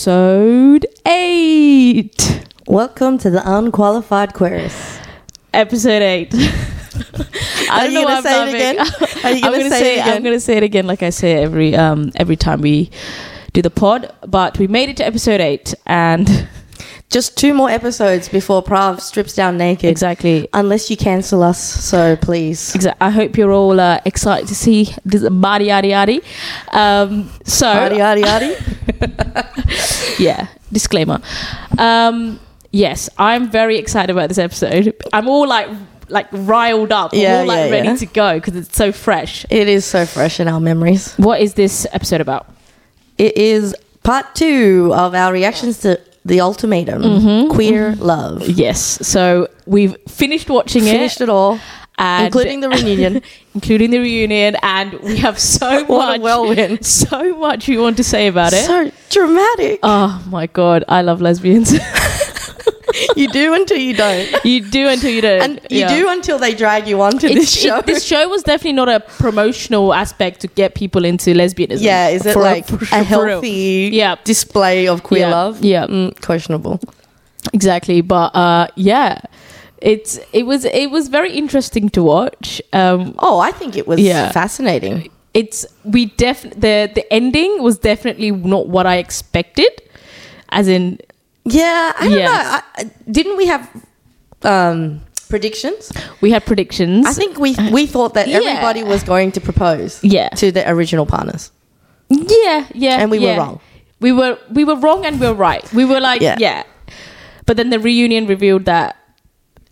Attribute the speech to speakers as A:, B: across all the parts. A: episode eight.
B: Welcome to the unqualified queries.
A: Episode eight.
B: Are
A: I
B: you
A: don't know
B: gonna
A: why I'm
B: say
A: laughing.
B: it again? Are you
A: I'm
B: gonna
A: gonna
B: say it
A: say I'm
B: again?
A: gonna say it again, like I say every um every time we do the pod. But we made it to episode eight, and
B: Just two more episodes before Prav strips down naked.
A: exactly.
B: Unless you cancel us, so please.
A: Exa- I hope you're all uh, excited to see this body, yaddy, yaddy. Um, so,
B: Yaddy, yaddy, yaddy.
A: yeah, disclaimer. Um, yes, I'm very excited about this episode. I'm all like, like riled up.
B: Yeah,
A: I'm all like
B: yeah,
A: ready
B: yeah.
A: to go because it's so fresh.
B: It is so fresh in our memories.
A: What is this episode about?
B: It is part two of our reactions to the ultimatum queer love.
A: Yes, so we've finished watching
B: Finished
A: it,
B: it all,
A: and
B: including the reunion.
A: including the reunion, and we have so
B: What a
A: much,
B: whirlwind.
A: so much we want to say about it.
B: so dramatic.
A: oh my god, I love lesbians.
B: you do until you don't.
A: you do until you don't,
B: And you
A: Yeah.
B: do until they drag you onto
A: It's-
B: this
A: it-
B: show.
A: this show was definitely not a promotional aspect to get people into lesbianism.
B: yeah, is it
A: For-
B: like
A: for- for
B: a
A: real.
B: healthy
A: Yeah.
B: display of queer
A: Yeah,
B: love?
A: yeah.
B: Mm, questionable.
A: Exactly, but uh, yeah, it's it was it was very interesting to watch. Um,
B: Oh, I think it was
A: Yeah.
B: fascinating.
A: it's we def the the ending was definitely not what I expected, as in
B: Yeah, I don't
A: Yes.
B: know. I- I, didn't we have um, predictions?
A: we had predictions.
B: I think we we thought that
A: Yeah.
B: everybody was going to propose
A: Yeah.
B: to their original partners.
A: yeah, yeah,
B: And we were
A: yeah.
B: wrong.
A: We were we were wrong and we were right. We were like
B: Yeah.
A: yeah, but then the reunion revealed that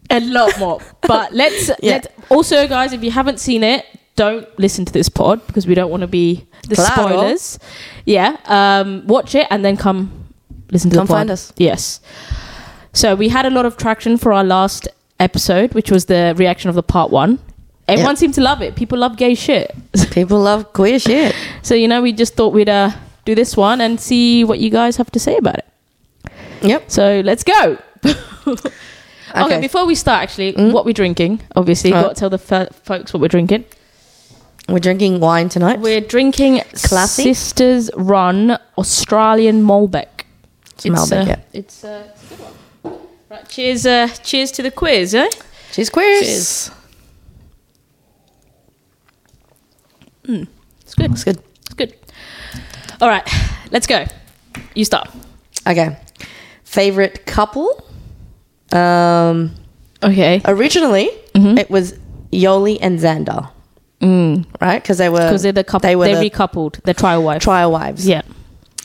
A: a lot more. but let's
B: Yeah.
A: let's also, guys, if you haven't seen it, don't listen to this pod because we don't want to be the
B: Claro.
A: spoilers. Yeah, um, watch it and then come listen to
B: Come
A: the pod.
B: find us.
A: Yes. So we had a lot of traction for our last episode, which was the reaction of the part one. Everyone seemed to love it. People love gay shit.
B: People love queer shit.
A: So you know, we just thought we'd uh, do this one and see what you guys have to say about it.
B: Yep.
A: So let's go. okay.
B: Okay. Hmm?
A: before we start, actually, what we're drinking, obviously,
B: Alright.
A: got to tell the f- folks what we're drinking.
B: We're drinking wine tonight.
A: We're drinking
B: Classy.
A: Sisters Run Australian Malbec. It's,
B: Malbec,
A: uh,
B: yeah.
A: It's, uh, it's a good one. Right, cheers, uh, cheers to the quiz, eh?
B: She's queer.
A: Cheers. Hmm, It's good.
B: That's good.
A: It's good. All right, let's go. You start.
B: Okay. Favorite couple? Um,
A: Okay.
B: originally, it was Yoli and Xander,
A: Because
B: right? Because they were
A: they're the couple.
B: Mm. They
A: They
B: were
A: are
B: the
A: recoupled. They're trial wife.
B: trial wives.
A: yeah.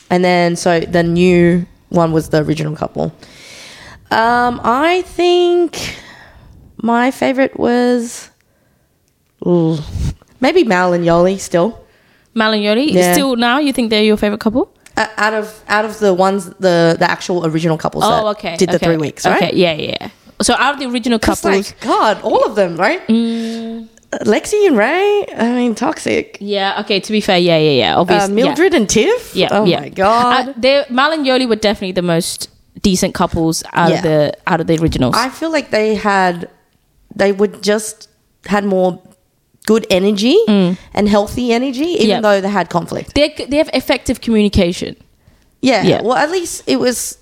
B: And then so the new one was the original couple. Um, I think my favorite was ooh, maybe Mal and Yoli still.
A: Mal and Yoli.
B: Yeah.
A: Still now, you think they're your favorite couple?
B: Uh, out of out of the ones the the actual original couples that
A: Oh, okay.
B: did the
A: okay.
B: three weeks, right?
A: Okay, yeah, yeah. So out of the original
B: 'Cause,
A: couples, Mm.
B: like, God, all of them, right? Uh, Lexi and Ray, I mean, toxic.
A: yeah. Okay, to be fair, yeah, yeah, yeah.
B: Uh,
A: Obviously,
B: Mildred and Tiff.
A: Yeah. yeah
B: Oh
A: yeah.
B: my God.
A: Uh, they Mal and Yoli were definitely the most decent couples out
B: Yeah.
A: of the out of the originals.
B: I feel like they had, they would just had more good energy and healthy energy, even
A: Mm. Yeah.
B: though they had conflict.
A: they they have effective communication.
B: Yeah.
A: Yeah.
B: Well, at least it was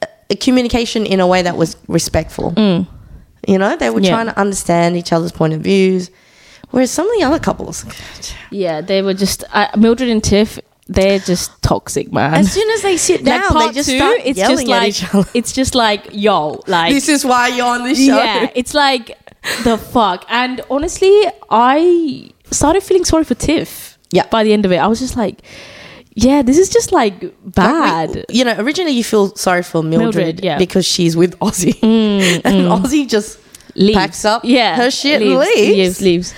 B: a- a communication in a way that was respectful. You know, they were
A: Mm. Yeah.
B: trying to understand each other's point of views. Whereas some of the other couples,
A: Yeah, they were just uh, Mildred and Tiff. They're just toxic, man.
B: as soon as they sit down,
A: like part
B: they just
A: two,
B: start
A: it's
B: yelling
A: just
B: at
A: like
B: each other.
A: it's just like yo, like
B: This is why you're on this show.
A: yeah, it's like the fuck. And honestly, I started feeling sorry for Tiff.
B: Yeah.
A: By the end of it, I was just like, yeah, this is just like bad.
B: Like we- you know, originally you feel sorry for Mildred,
A: Mildred, yeah. Mm,
B: because she's with Ozzy, and Ozzy just
A: leaves.
B: packs up her shit and
A: leaves,
B: leaves.
A: Leaves, leaves.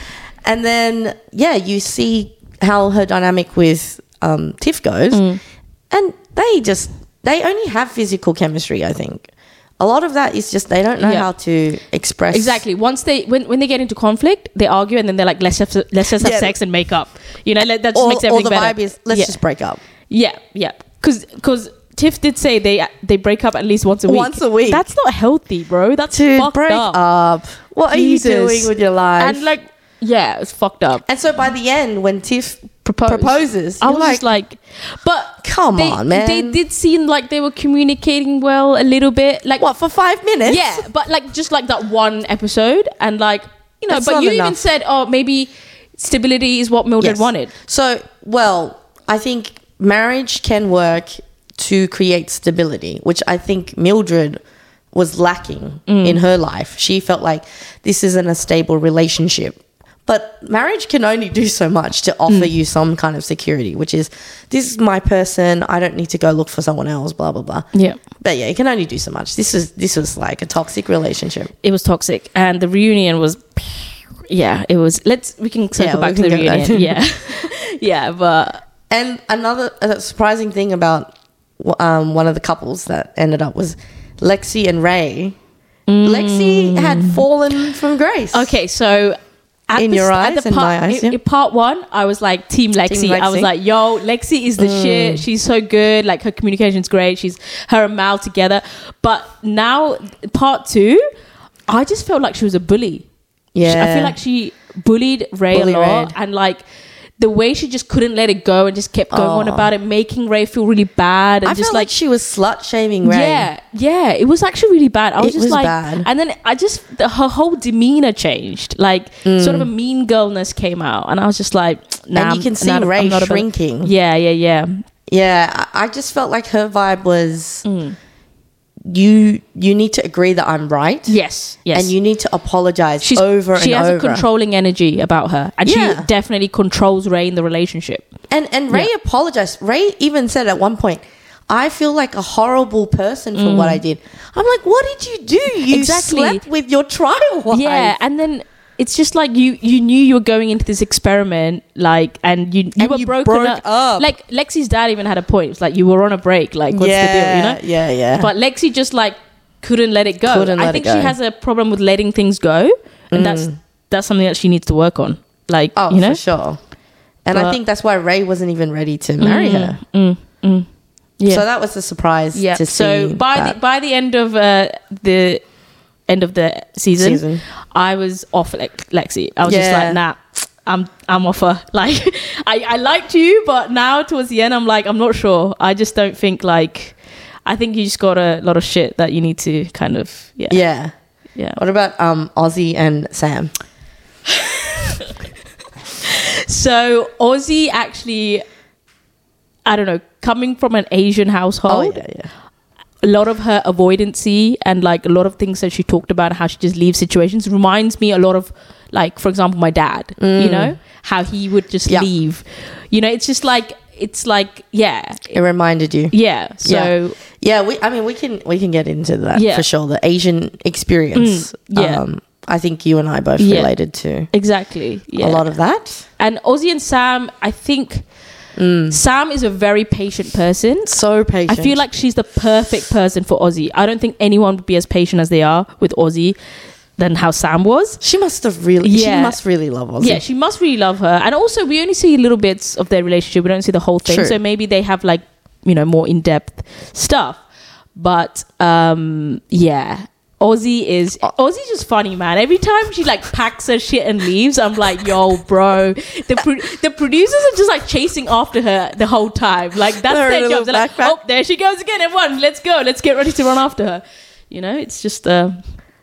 B: And then yeah, you see how her dynamic with um, Tiff goes,
A: Mm.
B: and they just they only have physical chemistry. I think a lot of that is just they don't know
A: Yeah.
B: how to express
A: Exactly. Once they when, when they get into conflict, they argue and then they're like, let's just let's just have
B: Yeah.
A: sex and make up. You know, like, that just
B: Or,
A: makes
B: or
A: everything
B: the
A: better.
B: vibe is let's
A: yeah.
B: just break up.
A: yeah, yeah. Because because Tiff did say they they break up at least once a week.
B: Once a week.
A: That's not healthy, bro. That's
B: Dude,
A: fucked
B: break up. What are
A: Jesus.
B: you doing with your life?
A: And like, yeah, it's fucked up.
B: And so by the end, when Tiff
A: Propose.
B: proposes,
A: I
B: you're
A: was
B: like,
A: just like, but
B: Come
A: they-
B: on, man.
A: They did seem like they were communicating well a little bit, like
B: what for five minutes?
A: yeah, but like just like that one episode, and like you know,
B: That's
A: but
B: not
A: you even
B: enough.
A: said, oh, maybe stability is what Mildred
B: Yes.
A: wanted.
B: So, well, I think marriage can work to create stability, which I think Mildred was lacking
A: Mm.
B: in her life. She felt like this isn't a stable relationship. But marriage can only do so much to offer
A: Mm.
B: you some kind of security, which is this is my person. I don't need to go look for someone else. Blah blah blah.
A: Yeah.
B: But yeah, it can only do so much. This is this was like a toxic relationship.
A: it was toxic and the reunion was yeah it was let's we can circle
B: Yeah,
A: back
B: we
A: to the
B: can go
A: reunion
B: back.
A: yeah yeah but
B: And another uh, surprising thing about um, one of the couples that ended up was Lexi and Ray. Lexi had fallen from grace.
A: Mm. okay so at
B: In
A: the
B: your
A: st-
B: eyes,
A: at the
B: in
A: part,
B: my eyes,
A: in-
B: yeah.
A: in part one i was like team lexi. i was
B: Lexi. Mm.
A: like yo lexi is the shit she's so good like her communication's great she's her and mal together but now part two i just felt like she was a bully She- I
B: Yeah.
A: feel like she bullied Ray
B: Bully
A: a lot
B: Ray.
A: and like the way she just couldn't let it go and just kept going on
B: Aw.
A: about it, making Ray feel really bad and
B: I
A: just
B: felt like,
A: like,
B: she was slut shaming Ray.
A: yeah, yeah, it was actually really bad. I was
B: It
A: just
B: was
A: like,
B: bad.
A: and then I just the, her whole demeanor changed, like sort of a mean girlness came out, and I was just like, nah,
B: Mm. And you
A: I'm-
B: can
A: I'm
B: see
A: not- I'm
B: Ray
A: not about-
B: shrinking.
A: Yeah, yeah, yeah,
B: Yeah, I I just felt like her vibe was
A: Mm.
B: you. You need to agree that I'm right,
A: yes, yes.
B: and you need to apologize
A: She's,
B: over
A: she
B: and
A: has
B: over.
A: a controlling energy about her, and
B: Yeah.
A: she definitely controls Ray in the relationship.
B: And and Ray apologized. Ray even said at one point, "I feel like a horrible person for what I did." I'm like, "What did you do? You
A: Mm. Exactly.
B: slept with your trial wife."
A: Yeah, and then it's just like you you knew you were going into this experiment, like, and you you
B: And
A: were
B: you
A: broken
B: broke up.
A: Like Lexi's dad even had a point. It's like you were on a break. Like, what's the deal? You know.
B: Yeah, yeah.
A: But Lexi just like couldn't let it go.
B: Couldn't
A: I
B: let it
A: think
B: go. Mm.
A: she has a problem with letting things go, and that's that's something that she needs to work on. Like,
B: oh,
A: you know,
B: for sure. And
A: But- Mm.
B: I think that's why Ray wasn't even ready to marry her.
A: yeah.
B: So that was a surprise
A: yeah.
B: to see.
A: so by
B: that.
A: the by the end of uh, the end of the season,
B: Season.
A: I was off like Lexi. I was just
B: Yeah.
A: like, nah, I'm I'm off her. Like I, I liked you, but now towards the end I'm like, I'm not sure. I just don't think like I think you just got a lot of shit that you need to kind of yeah. Yeah.
B: yeah. What about um Ozzy and Sam?
A: So Aussie actually I don't know, coming from an Asian household,
B: Oh, yeah, yeah.
A: a lot of her avoidancy and like a lot of things that she talked about how she just leaves situations reminds me a lot of like for example my dad you know how he would just
B: Mm. Yeah.
A: leave you know it's just like it's like yeah
B: It reminded you.
A: yeah so
B: Yeah, we. I mean, we can we can get into that
A: Yeah.
B: for sure. The Asian experience.
A: Mm, yeah.
B: Um, I think you and I both
A: Yeah.
B: related to
A: exactly yeah
B: a lot of that.
A: and Ozzy and Sam I think Sam is a very patient person
B: So Mm. patient.
A: I feel like she's the perfect person for Ozzy I don't think anyone would be as patient as they are with Ozzy than how Sam was
B: she must have really.
A: Yeah.
B: She must really love Ozzy.
A: Yeah, she must really love her. And also, we only see little bits of their relationship. We don't see the whole thing.
B: True.
A: So maybe they have like, you know, more in depth stuff. But um, yeah, Aussie is Aussie's just funny, man. Every time she like packs her shit and leaves, I'm like, yo, bro. The pro- the producers are just like chasing after her the whole time. Like that's
B: Her
A: their
B: little
A: job. They're like,
B: backpack.
A: oh, there she goes again. Everyone, let's go. Let's get ready to run after her. You know, it's just uh,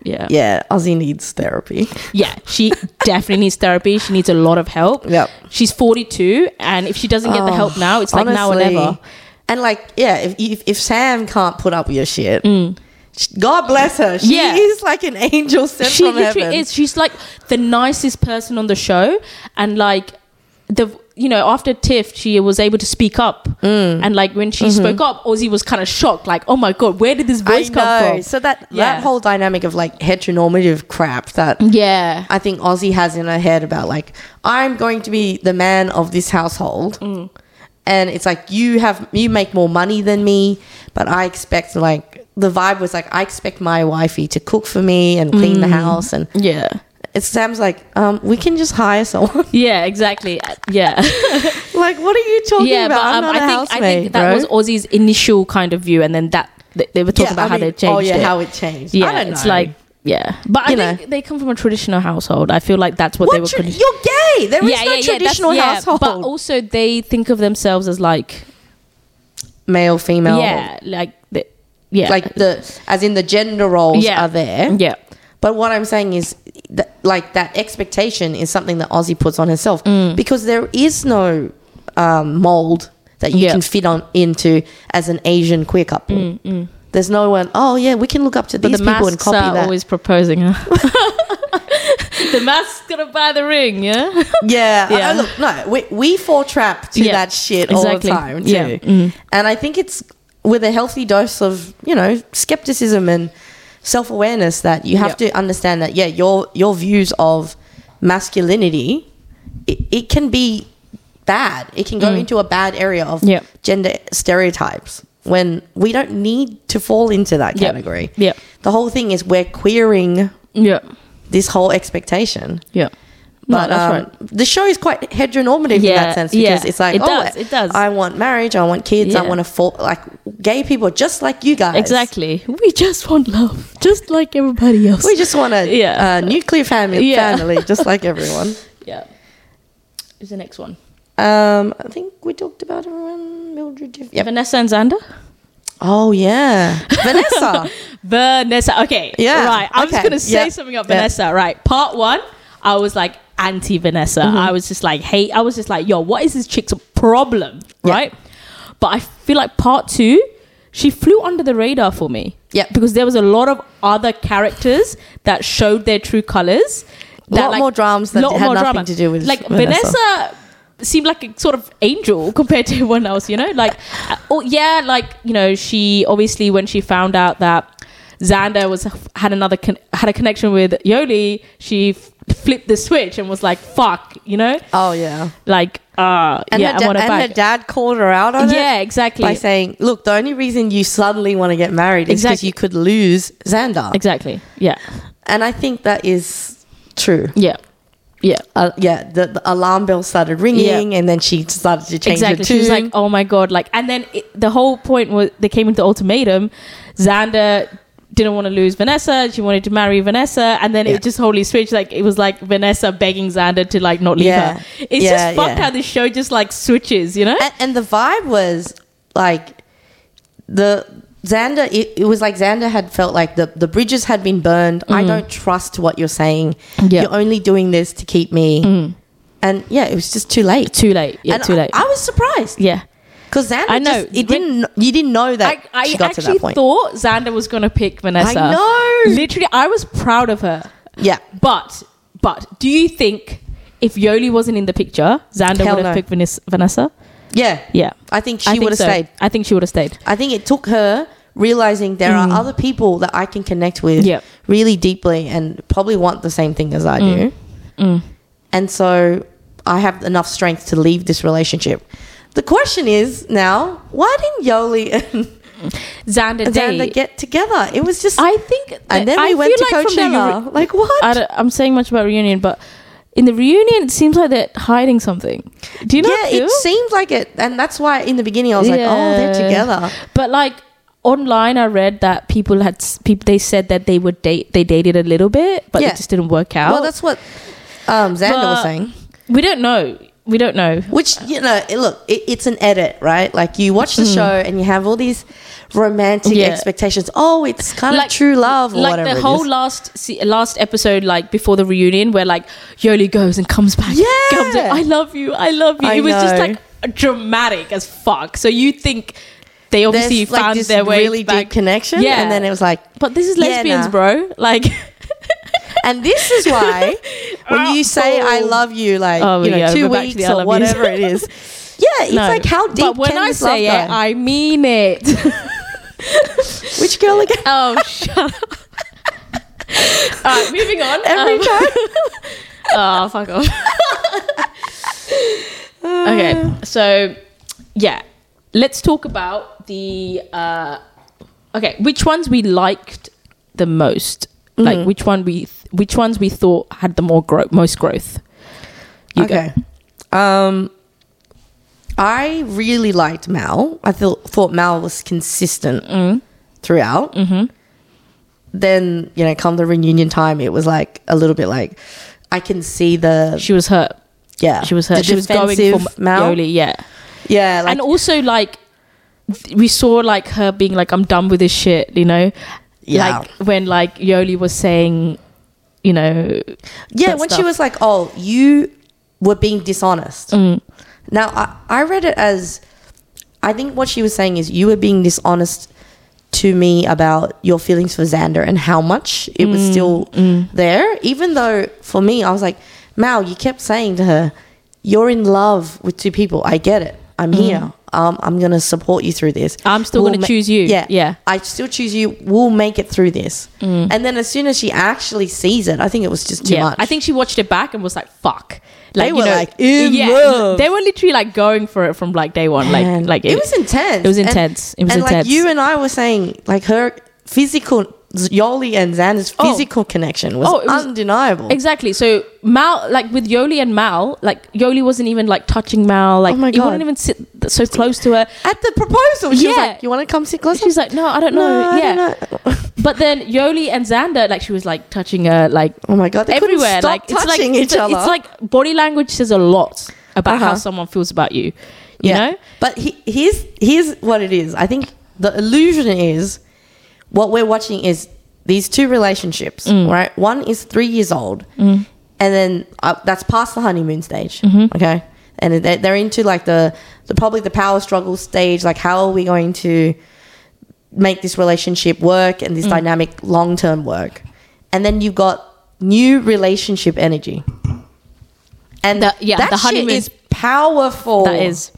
A: yeah.
B: Yeah, Ozzy needs therapy.
A: Yeah, she definitely needs therapy. She needs a lot of help.
B: Yep.
A: She's 42, and if she doesn't get the help now, it's like now or
B: Oh, Honestly.
A: never.
B: And like, yeah, if if, if Sam can't put up with your shit, sh- God bless her. She
A: Mm. Yeah.
B: is like an angel sent
A: She
B: from
A: literally
B: heaven.
A: is. She's like the nicest person on the show, and like the you know after Tiff, she was able to speak up,
B: Mm.
A: and like when
B: Mm-hmm.
A: she spoke up, Ozzy was kind of shocked, like oh my god, where did this
B: I
A: voice come
B: know.
A: from?
B: So that
A: Yeah.
B: that whole dynamic of like heteronormative crap that
A: yeah,
B: I think Aussie has in her head about like I'm going to be the man of this household,
A: Mm.
B: and it's like you have you make more money than me, but I expect like the vibe was like I expect my wifey to cook for me and clean
A: Mm.
B: the house, and
A: yeah,
B: it Sam's like um, we can just hire someone.
A: yeah, exactly, Uh, yeah.
B: like what are you talking
A: yeah,
B: about?
A: but um,
B: I'm not
A: I
B: a
A: think
B: housemaid,
A: I think that
B: bro.
A: was Aussie's initial kind of view, and then that they, they were talking
B: Yeah,
A: about
B: I
A: how
B: mean-
A: they changed
B: Oh yeah,
A: it.
B: how it changed.
A: yeah,
B: I don't
A: it's
B: know.
A: like yeah. But
B: You
A: I think
B: know.
A: they come from a traditional household. I feel like that's what, they were.
B: What? Tra-
A: condi-
B: you're gay. There is no
A: that's-
B: traditional
A: yeah,
B: household.
A: But also, they think of themselves as like
B: Male, female.
A: yeah, like the, yeah,
B: Like the, as in the gender roles
A: yeah
B: are there.
A: Yeah,
B: But what I'm saying is, th- like that expectation is something that Aussie puts on herself
A: Mm.
B: because there is no um, mold that you
A: Yeah. Mm,
B: can fit on into as an Asian queer couple. There's no one. Oh yeah, we can look up to
A: but
B: these
A: the
B: people and
A: masks
B: copy
A: are
B: that.
A: always proposing her. the mask's gonna buy the ring, yeah.
B: yeah, I- I
A: Yeah.
B: look, no, we we fall trap to
A: Yeah,
B: that shit all the
A: exactly.
B: time too,
A: Yeah. Mm.
B: and I think it's with a healthy dose of you know skepticism and self awareness that you have
A: Yeah.
B: to understand that yeah your your views of masculinity it, it can be bad. It can go into a bad area of
A: Mm. Yeah.
B: gender stereotypes when we don't need to fall into that
A: Yeah.
B: category.
A: Yeah.
B: The whole thing is we're queering
A: Yeah,
B: this whole expectation.
A: yeah.
B: But
A: no, that's
B: um, the show is quite heteronormative in
A: Yeah,
B: that sense because
A: yeah.
B: it's like,
A: It
B: oh,
A: does, it does.
B: I want marriage, I want kids, I
A: Yeah.
B: want to fall like gay people are just like you guys.
A: right. Exactly. We just want love, just like everybody else.
B: We just want a
A: Yeah.
B: uh, nuclear family,
A: Yeah.
B: family, just like everyone.
A: yeah. Who's the next one?
B: Um, I think we talked about everyone, Mildred. Diff- yep.
A: Vanessa and Xander.
B: Oh yeah, Vanessa.
A: Vanessa. Okay.
B: Yeah,
A: Right. I'm
B: okay,
A: just gonna say
B: yeah,
A: something about
B: yeah.
A: Vanessa. Right. Part one, I was like anti Vanessa.
B: Mm-hmm.
A: I was just like, hey, I was just like, yo, what is this chick's problem?
B: Yeah.
A: Right. But I feel like part two, she flew under the radar for me.
B: Yeah.
A: Because there was a lot of other characters that showed their true colors.
B: Lot more dramas that had nothing to do with
A: like
B: Vanessa.
A: Vanessa uh, seemed like a sort of angel compared to everyone else, you know? Like, uh, oh, yeah, like, you know, she obviously, when she found out that Xander was had another con- had a connection with Yoli, she f- flipped the switch and was like, fuck, you know?
B: Oh yeah,
A: Like, uh,
B: and,
A: yeah,
B: her,
A: I
B: da-
A: want to
B: and her
A: back.
B: dad called her out on
A: Yeah,
B: it
A: exactly.
B: by saying, "Look, the only reason you suddenly want to get married is because
A: Exactly.
B: you could lose Xander,"
A: exactly. Yeah.
B: and I think that is true.
A: Yeah. Yeah.
B: Uh, yeah, the, the alarm bell started ringing, and then she started to change
A: exactly.
B: her tune.
A: She was like, "Oh my god!" Like, and then it, the whole point was they came into ultimatum. Xander didn't want to lose Vanessa. She wanted to marry Vanessa, and then
B: Yeah.
A: it just wholly switched. Like, it was like Vanessa begging Xander to like not leave
B: Yeah.
A: her. It's
B: Yeah,
A: just fucked
B: yeah.
A: how the show just like switches, you know?
B: and, and the vibe was like the Xander. It, it was like Xander had felt like the the bridges had been burned. I don't trust what you're saying.
A: Mm. Yeah. Mm.
B: You're only doing this to keep me. And yeah, it was just too late.
A: too late. Yeah,
B: And
A: too late.
B: I, I was surprised
A: yeah.
B: because Xander.
A: I know.
B: Just, it didn't. You didn't know
A: I,
B: that
A: I
B: she got to
A: actually
B: that point.
A: thought Xander was gonna pick Vanessa.
B: I know.
A: Literally, I was proud of her.
B: yeah.
A: But but do you think if Yoli wasn't in the picture, Xander
B: Hell
A: would have
B: no.
A: picked Vanis- Vanessa?
B: Yeah.
A: Yeah.
B: I think
A: I
B: she
A: think
B: would have
A: so.
B: stayed.
A: I think she would have stayed.
B: I think it took her realizing there
A: Mm.
B: are other people that I can connect with
A: Yep.
B: really deeply and probably want the same thing as I
A: Mm.
B: do. And so I have enough strength to leave this relationship. The question is now, why didn't Yoli and
A: Xander
B: Xander
A: date.
B: get together? It was just.
A: I think.
B: and then
A: I
B: we went
A: feel
B: to
A: like from the
B: Coachella.
A: re-
B: like, what?
A: I don't, I'm saying much about reunion, but in the reunion, it seems like they're hiding something. Do you know?
B: yeah,
A: what I feel?
B: it seemed like it. And that's why in the beginning I was like, oh, they're
A: Yeah.
B: together.
A: But like online, I read that people had people. They said that they would date. They dated a little bit, but
B: Yeah.
A: it just didn't work out.
B: Well, that's what um, Xander was
A: But
B: saying.
A: We don't know. We don't know.
B: Which you know, it, look, it, it's an edit, right? Like you watch the show and you have all these romantic
A: Hmm. Yeah.
B: expectations. Oh, it's kind of true love or
A: like
B: whatever.
A: the
B: it
A: whole
B: is.
A: last se- last episode, like before the reunion, where like Yoli goes and comes back.
B: Yeah.
A: comes in, I love you. I love you.
B: I
A: it was just
B: know.
A: like dramatic as fuck. So you think they
B: There's
A: obviously
B: like
A: found
B: this
A: their way
B: really
A: back,
B: deep connection,
A: Yeah.
B: and then it was like,
A: but this is
B: Yeah,
A: lesbians,
B: nah.
A: bro. Like,
B: and this is why when you say
A: Oh.
B: I love you, like
A: Oh,
B: you know,
A: yeah,
B: two
A: we're back to the
B: weeks
A: I
B: or
A: love yous.
B: whatever it is. Yeah, it's
A: No.
B: like how deep.
A: But when
B: can
A: I
B: this
A: say
B: love
A: it,
B: go?
A: I mean it.
B: which girl again?
A: oh, shut up. All right, moving on.
B: Every
A: Um,
B: time.
A: oh fuck off. okay, so yeah, let's talk about the uh, okay, which ones we liked the most,
B: Mm-hmm.
A: like which one we which ones we thought had the more growth, most growth. You go.
B: okay. Um, I really liked
A: Mm.
B: Mal. I thought thought Mal was consistent throughout. Mm-hmm. then you know, come the reunion time, it was like a little bit like I can see the
A: She was hurt.
B: yeah,
A: She was hurt.
B: the
A: She was going for
B: defensive Mal.
A: Yoli, yeah.
B: Yeah, like
A: and also like th- we saw like her being like I'm done with this shit, you know.
B: Yeah.
A: Like when like Yoli was saying, you know,
B: yeah,
A: that
B: when she
A: stuff. Mm.
B: was like, "Oh, you were being dishonest." Now I, I read it as I think what she was saying is you were being dishonest to me about your feelings for Xander and how much it was
A: Mm,
B: still there, even though for me I was like, "Mal, you kept saying to her, you're in love with two people. I get it. I'm here." Um, I'm gonna support you through this.
A: Mm. I'm still gonna choose you.
B: Yeah,
A: Yeah. Mm.
B: I still choose you. We'll make it through this. And then as soon as she actually sees it, I think it was just too
A: yeah.
B: much.
A: I think she watched it back and was like, "Fuck."
B: They were, like, in love.
A: They were literally like going for it from like day one.
B: Man,
A: Like like
B: it, was intense.
A: it was intense. It was
B: and
A: intense.
B: like you and I were saying, like her physical Yoli and Xander's
A: Oh.
B: physical connection was,
A: Oh, it was-
B: undeniable.
A: Exactly. So Mal, like with Yoli and Mal, like Yoli wasn't even like touching Mal. Like
B: Oh my
A: he wouldn't
B: God.
A: even sit th- so close to her.
B: At the proposal, she
A: Yeah.
B: was like, "You want to come sit closer?"
A: She's like, no, I don't know.
B: I
A: yeah.
B: don't know.
A: But then Yoli and Xander, like she was like touching her, like
B: oh my god, they
A: everywhere,
B: Couldn't stop
A: like it's like
B: touching
A: it's,
B: each other.
A: it's like body language says a lot about how
B: Uh-huh.
A: someone feels about you. You know?
B: But he, here's here's what it is. I think the illusion is what we're watching is these two relationships,
A: Mm.
B: right? One is three years old, and then uh, that's past the honeymoon stage,
A: Mm-hmm.
B: okay? And they're, they're into like the, the probably the power struggle stage. Like, how are we going to make this relationship work and this
A: Mm.
B: dynamic long term work? And then you've got new relationship energy. And
A: The- yeah,
B: that
A: the
B: shit
A: honeymoon-
B: is powerful.
A: That is.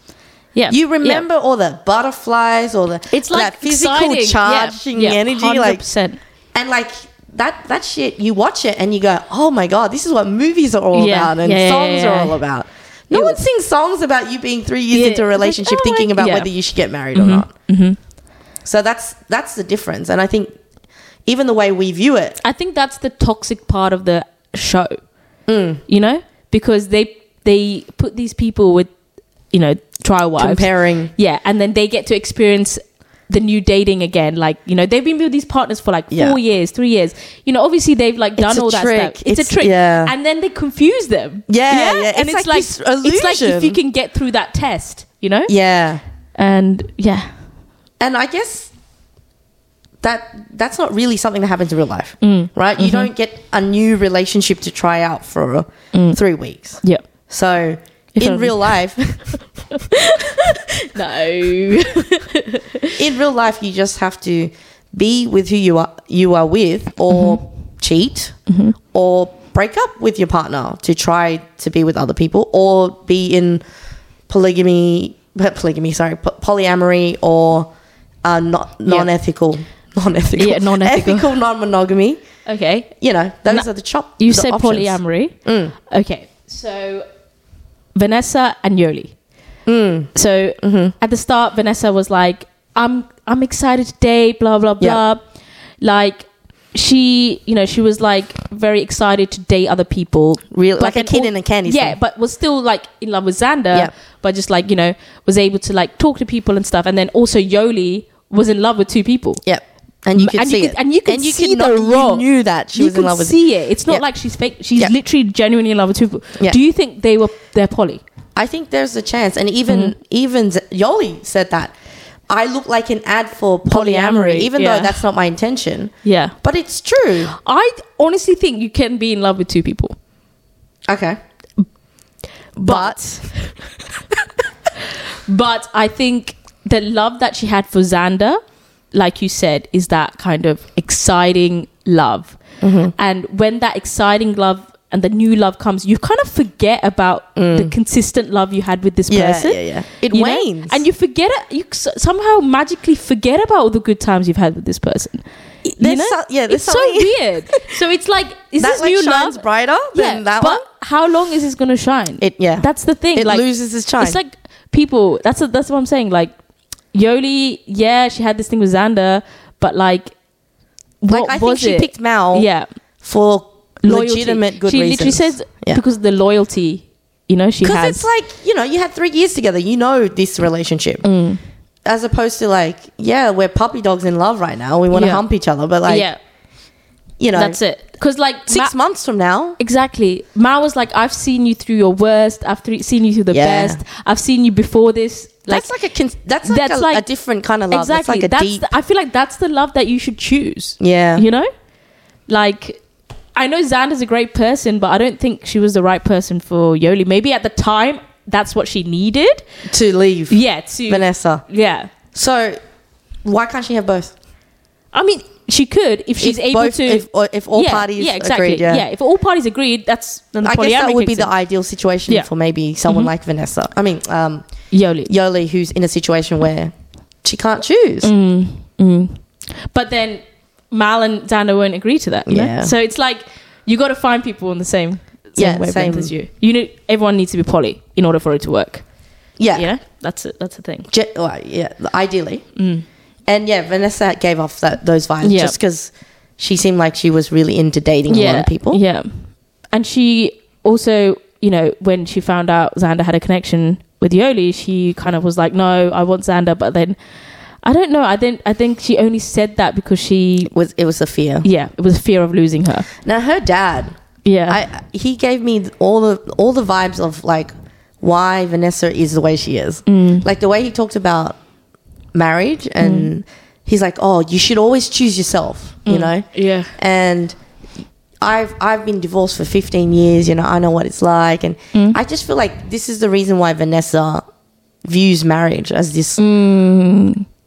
A: Yeah.
B: You
A: Yeah.
B: remember all the butterflies, all the
A: It's like
B: that physical
A: exciting.
B: charging
A: yeah. Yeah.
B: energy, like
A: 100%.
B: and like that that shit. You watch it and you go, "Oh my god, this is what movies are all
A: Yeah.
B: about and
A: Yeah, yeah,
B: songs
A: yeah,
B: are
A: yeah.
B: all about." No
A: It
B: one
A: was-
B: sings songs about you being three years
A: Yeah.
B: into a relationship,
A: It's like, oh
B: thinking
A: my-
B: about
A: yeah.
B: whether you should get married or not. So that's that's the difference, and I think even the way we view it,
A: I think that's the toxic part of the show.
B: Mm.
A: You know? Because they they put these people with you know, trial wives.
B: comparing
A: Yeah, and then they get to experience the new dating again. Like you know, they've been with these partners for like
B: Yeah.
A: four years, three years. You know, obviously they've like done
B: a
A: all that
B: trick.
A: stuff. It's,
B: It's-
A: a trick,
B: yeah.
A: and then they confuse them.
B: Yeah, yeah.
A: and
B: It's
A: it's
B: like
A: like,
B: this
A: it's like if you
B: illusion.
A: can get through that test, you know.
B: yeah,
A: And yeah,
B: and I guess that that's not really something that happens in real life,
A: Mm.
B: right?
A: Mm-hmm.
B: You don't get a new relationship to try out for three weeks.
A: yeah. Mm.
B: So
A: If
B: in
A: I'm-
B: real life,
A: No,
B: in real life, you just have to be with who you are you are with, or
A: Mm-hmm.
B: cheat, or break up with your partner to try to be with other people, or be in polygamy, polygamy, sorry, po- polyamory, or uh, not non ethical. Non-ethical,
A: Yeah, non-ethical.
B: ethical non-monogamy.
A: okay.
B: You know, those
A: No,
B: are the chop.
A: You
B: the
A: said
B: options.
A: polyamory.
B: Mm.
A: Okay, so Vanessa and Yoli.
B: Mm.
A: So
B: Mm-hmm.
A: at the start, Vanessa was like, "I'm I'm excited today." Blah blah
B: Yeah.
A: blah. Like she, you know, she was like very excited to date other people,
B: Real-
A: But
B: like a
A: then
B: kid in a candy
A: Yeah,
B: store.
A: but was still like in love with Xander,
B: Yeah.
A: but just like you know was able to like talk to people and stuff. And then also Yoli was in love with two people.
B: Yep. And you
A: M-
B: could
A: and you
B: see
A: could-
B: it.
A: and you could see
B: could
A: the
B: not- you
A: role.
B: knew that she
A: you
B: was in
A: can
B: love with
A: see it. It's not
B: Yeah.
A: like she's fake. She's
B: Yeah.
A: literally genuinely in love with two people.
B: Yeah.
A: Do you think they were they're poly?
B: I think there's a chance, and even
A: Mm-hmm.
B: even Z- Yoli said that I look like an ad for polyamory,
A: Polyamory,
B: even
A: yeah.
B: though that's not my intention.
A: Yeah.
B: But it's true.
A: I honestly think you can be in love with two people.
B: Okay.
A: But but I think the love that she had for Xander, like you said, is that kind of exciting love.
B: Mm-hmm.
A: And when that exciting love and the new love comes, you kind of forget about the consistent love you had with this
B: Mm. Yeah,
A: person.
B: yeah, yeah. It
A: You know?
B: wanes.
A: and you forget it. You s- somehow magically forget about all the good times you've had with this person. You
B: There's
A: know?
B: so- yeah, there's
A: it's so
B: something-
A: weird. So it's like, is
B: that
A: this
B: like
A: new
B: shines
A: love
B: brighter than that
A: but
B: one.
A: how long is this gonna shine?
B: It- yeah.
A: that's the thing.
B: It
A: like,
B: loses its shine.
A: It's like people. That's a, that's what I'm saying. Like Yoli, yeah, she had this thing with Xander, but like,
B: Like,
A: what
B: I think
A: was
B: she
A: it?
B: picked Mal
A: Yeah,
B: for
A: loyalty.
B: legitimate good
A: She
B: reasons.
A: literally says
B: Yeah.
A: because the loyalty. You know, she
B: Because
A: has.
B: it's like, you know, you had three years together. You know this relationship.
A: Mm.
B: As opposed to like, yeah, we're puppy dogs in love right now. We want to
A: Yeah.
B: hump each other. But like,
A: yeah,
B: you know,
A: That's it. Because like
B: six
A: Ma-
B: months from now,
A: Exactly. Ma was like, I've seen you through your worst. I've th- seen you through the
B: Yeah.
A: best. I've seen you before this. Like,
B: that's like a con- that's like,
A: that's
B: a,
A: like-
B: a different kind of love.
A: exactly.
B: That's like a
A: that's
B: deep,
A: the- I feel like that's the love that you should choose.
B: yeah,
A: You know, like I know Xander's a great person, but I don't think she was the right person for Yoli. Maybe at the time that's what she needed.
B: to leave
A: Yeah. To
B: Vanessa.
A: yeah.
B: So why can't she have both?
A: I mean, she could if she's
B: if
A: able
B: both,
A: to.
B: if, or if all
A: yeah,
B: parties
A: yeah, exactly.
B: agreed, yeah.
A: If all parties agreed, that's then the
B: I
A: polyamory
B: guess that would be
A: kicks
B: the ideal situation
A: Yeah. Mm-hmm.
B: for maybe someone like Vanessa. I mean, um,
A: in. Yoli.
B: Yoli, who's in a situation where she can't choose.
A: Mm, mm. But then Mal and Xander won't agree to that. Yeah.
B: Yeah.
A: So it's like you got to find people on the same, same
B: Yeah,
A: wavelength
B: same.
A: as you. You know, everyone needs to be poly in order for it to work.
B: Yeah,
A: You know, that's it. That's the thing. Mm.
B: Ge- well, yeah, ideally. And yeah, Vanessa gave off that, those vibes
A: Yeah.
B: just because she seemed like she was really into dating a lot of people.
A: Yeah. And she also, you know, when she found out Xander had a connection with Yoli, she kind of was like, "No, I want Xander," but then. I don't know. I think I think she only said that because she,
B: Was it was a fear?
A: yeah, Uh. it was fear of losing her.
B: Now her dad,
A: Yeah,
B: I he gave me all the all the vibes of like why Vanessa is the way she is.
A: Mm.
B: Like the way he talked about marriage and he's like, "Oh, you should always choose yourself,"
A: Mm.
B: you know?
A: yeah,
B: And I've I've been divorced for 15 years, you know, I know what it's like and
A: Mm.
B: I just feel like this is the reason why Vanessa views marriage as this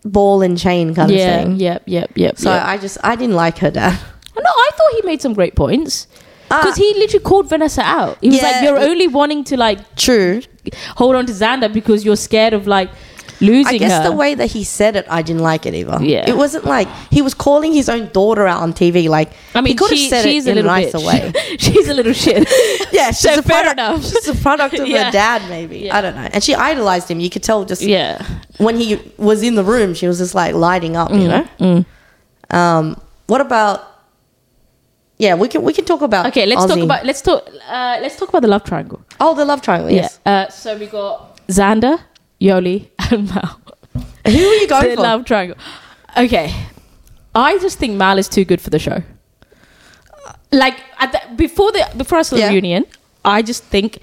B: ball and chain kind
A: Mm. yeah,
B: of thing.
A: yep, yep, yep.
B: So
A: yep.
B: I just I didn't like her dad.
A: No, I thought he made some great points because he literally called Vanessa out. He was
B: Yeah,
A: like, "You're
B: he-
A: only wanting to like
B: Ah, True.
A: hold on to Xander because you're scared of like losing
B: I guess
A: her."
B: the way that he said it, I didn't like it either.
A: Yeah.
B: it wasn't like he was calling his own daughter out on TV. Like,
A: I mean,
B: he could
A: she,
B: have said
A: she's
B: it in
A: a
B: a
A: little
B: nicer
A: bitch.
B: way.
A: she's a little shit.
B: yeah, she's
A: So fair
B: a product,
A: enough.
B: She's a product of
A: Yeah.
B: her dad, maybe.
A: Yeah.
B: I don't know. And she idolized him. You could tell just
A: yeah,
B: when he was in the room, she was just like lighting up.
A: Mm,
B: You know.
A: Mm-hmm.
B: Um, what about? Yeah, we can we can talk about.
A: Okay, let's talk
B: Aussie.
A: about let's talk uh, let's talk about the love triangle.
B: oh the love triangle. Yes.
A: Yeah. Uh, so we got Xander, Yoli, and Mal.
B: Who are you going
A: the
B: for?
A: love triangle. Okay, I just think Mal is too good for the show. Like at the, before the before I saw
B: Yeah.
A: the reunion, I just think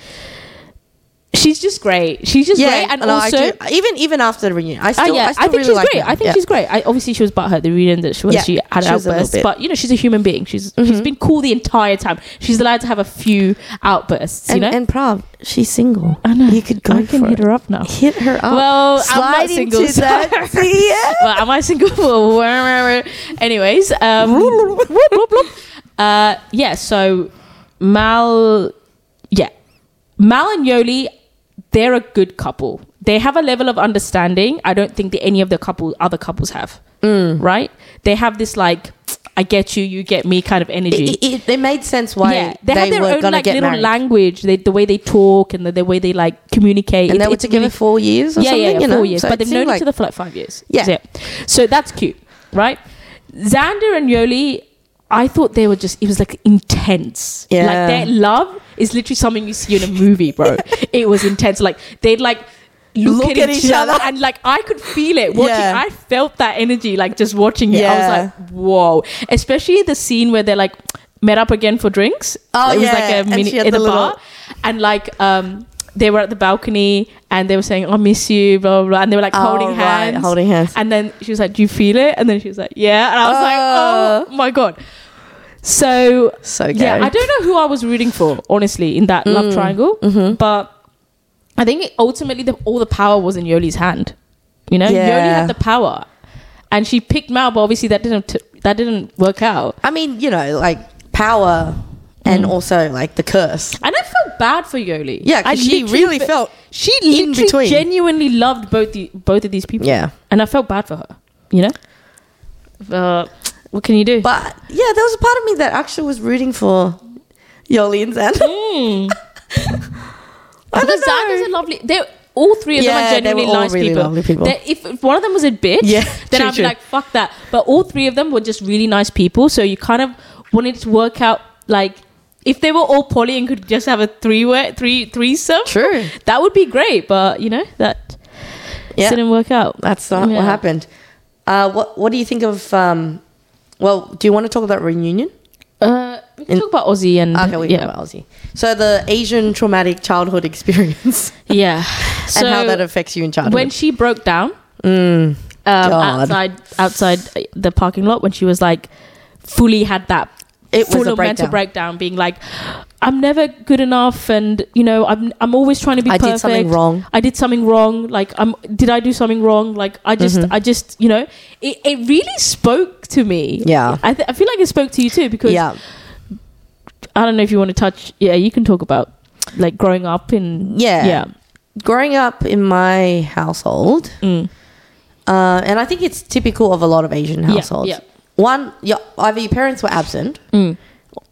A: she's just great. She's just great, and
B: no, I
A: also.
B: do- even even after the reunion, I still,
A: Ah, yeah,
B: I,
A: I,
B: still
A: think
B: really
A: she's
B: like
A: great.
B: her.
A: I think
B: Yeah.
A: she's great. I obviously she was butthurt the reunion that she was
B: Yeah,
A: she had an
B: she was a little
A: outburst,
B: bit. Mm-hmm.
A: but you know she's a human being. She's she's been cool the entire time. She's allowed to have a few outbursts.
B: and,
A: you know,
B: and Prav, she's single.
A: I know.
B: You could go
A: I can
B: for
A: hit
B: it.
A: her up now.
B: Hit her up.
A: Well, I'm
B: Oh, slide
A: not single,
B: into
A: so-
B: that DM.
A: well, am I single? Anyways, um, whoop, whoop, whoop. Uh, yeah. So Mal, yeah, Mal and Yoli, they're a good couple. They have a level of understanding I don't think that any of the couple other couples have.
B: Mm.
A: Right? They have this like, I get you, you get me kind of energy.
B: It, it, it made sense why
A: yeah,
B: they,
A: they, have their
B: were
A: own
B: going
A: like
B: to get
A: little
B: married,
A: language, they, the way they talk and the, the way they like communicate.
B: and
A: It-
B: they were
A: it's
B: together
A: really-
B: four years or
A: yeah,
B: something.
A: yeah, yeah,
B: you know?
A: four years.
B: So
A: but
B: it
A: they've
B: seemed
A: known
B: like,
A: each other for like five years.
B: Yeah.
A: So that's cute, right? Xander and Yoli, I thought they were just, it was like intense.
B: Yeah.
A: Like their love is literally something you see in a movie, bro. it was intense. Like they'd like, Look, at, each, other. and like I could feel it watching.
B: Yeah.
A: I felt that energy like just watching it. I
B: Yeah.
A: was like, "Whoa!" Especially the scene where they're like met up again for drinks.
B: Oh,
A: it was
B: yeah.
A: like a
B: And
A: mini
B: she had
A: in the,
B: the little-
A: bar and like um they were at the balcony and they were saying i miss you blah blah, blah. and they were like
B: Oh,
A: holding
B: right,
A: hands
B: holding hands.
A: and then she was like do you feel it and then she was like yeah and i was like oh my god so
B: So gay.
A: yeah i don't know who i was rooting for honestly in that
B: Mm.
A: love triangle
B: Mm-hmm.
A: but i think ultimately the, all the power was in yoli's hand you know yoli
B: Yeah.
A: had the power and she picked mal but obviously that didn't t- that didn't work out
B: I mean, you know, like power and also like the curse.
A: And I felt bad for Yoli.
B: Yeah,
A: I
B: 'cause she
A: literally
B: really
A: fe-
B: felt
A: she
B: in
A: literally
B: between.
A: genuinely loved both the, both of these people.
B: Yeah.
A: and I felt bad for her. You know, uh, what can you do?
B: But yeah, there was a part of me that actually was rooting for Yoli and Xander.
A: Mm.
B: I
A: because
B: don't know.
A: Xander's a lovely. They're all three of
B: Yeah,
A: them
B: they
A: are genuinely
B: were all
A: nice
B: really
A: people.
B: lovely people.
A: They're- If, if one of them was a bitch,
B: Yeah,
A: then
B: true,
A: I'd be
B: true.
A: like, "Fuck that." But all three of them were just really nice people. So you kind of wanted to work out like if they were all poly and could just have a three way three threesome.
B: True.
A: That would be great, but you know that
B: Yeah.
A: didn't work out.
B: That's not
A: Yeah.
B: what happened. Uh, what What do you think of? Um, well, do you want to talk about reunion?
A: we can talk about Aussie and
B: Okay, we
A: yeah,
B: know about Aussie. So the Asian traumatic childhood experience
A: yeah. So
B: and how that affects you in childhood. Mm.
A: when she broke down um,
B: God.
A: outside outside the parking lot, when she was like fully had that
B: It was
A: full
B: a
A: of mental breakdown,
B: breakdown.
A: being like, "I'm never good enough," and you know, I'm I'm always trying to be
B: I
A: perfect.
B: did something wrong.
A: I did something wrong. Like, I'm did I do something wrong? Like, I just
B: Mm-hmm.
A: I just you know, it it really spoke to me.
B: Yeah.
A: I th- I feel like it spoke to you too because
B: yeah,
A: I don't know if you want to touch. Yeah, you can talk about like growing up in.
B: Yeah.
A: yeah,
B: growing up in my household,
A: Mm.
B: uh, and I think it's typical of a lot of Asian
A: Yeah,
B: households.
A: yeah.
B: One, your, either your parents were absent,
A: Mm.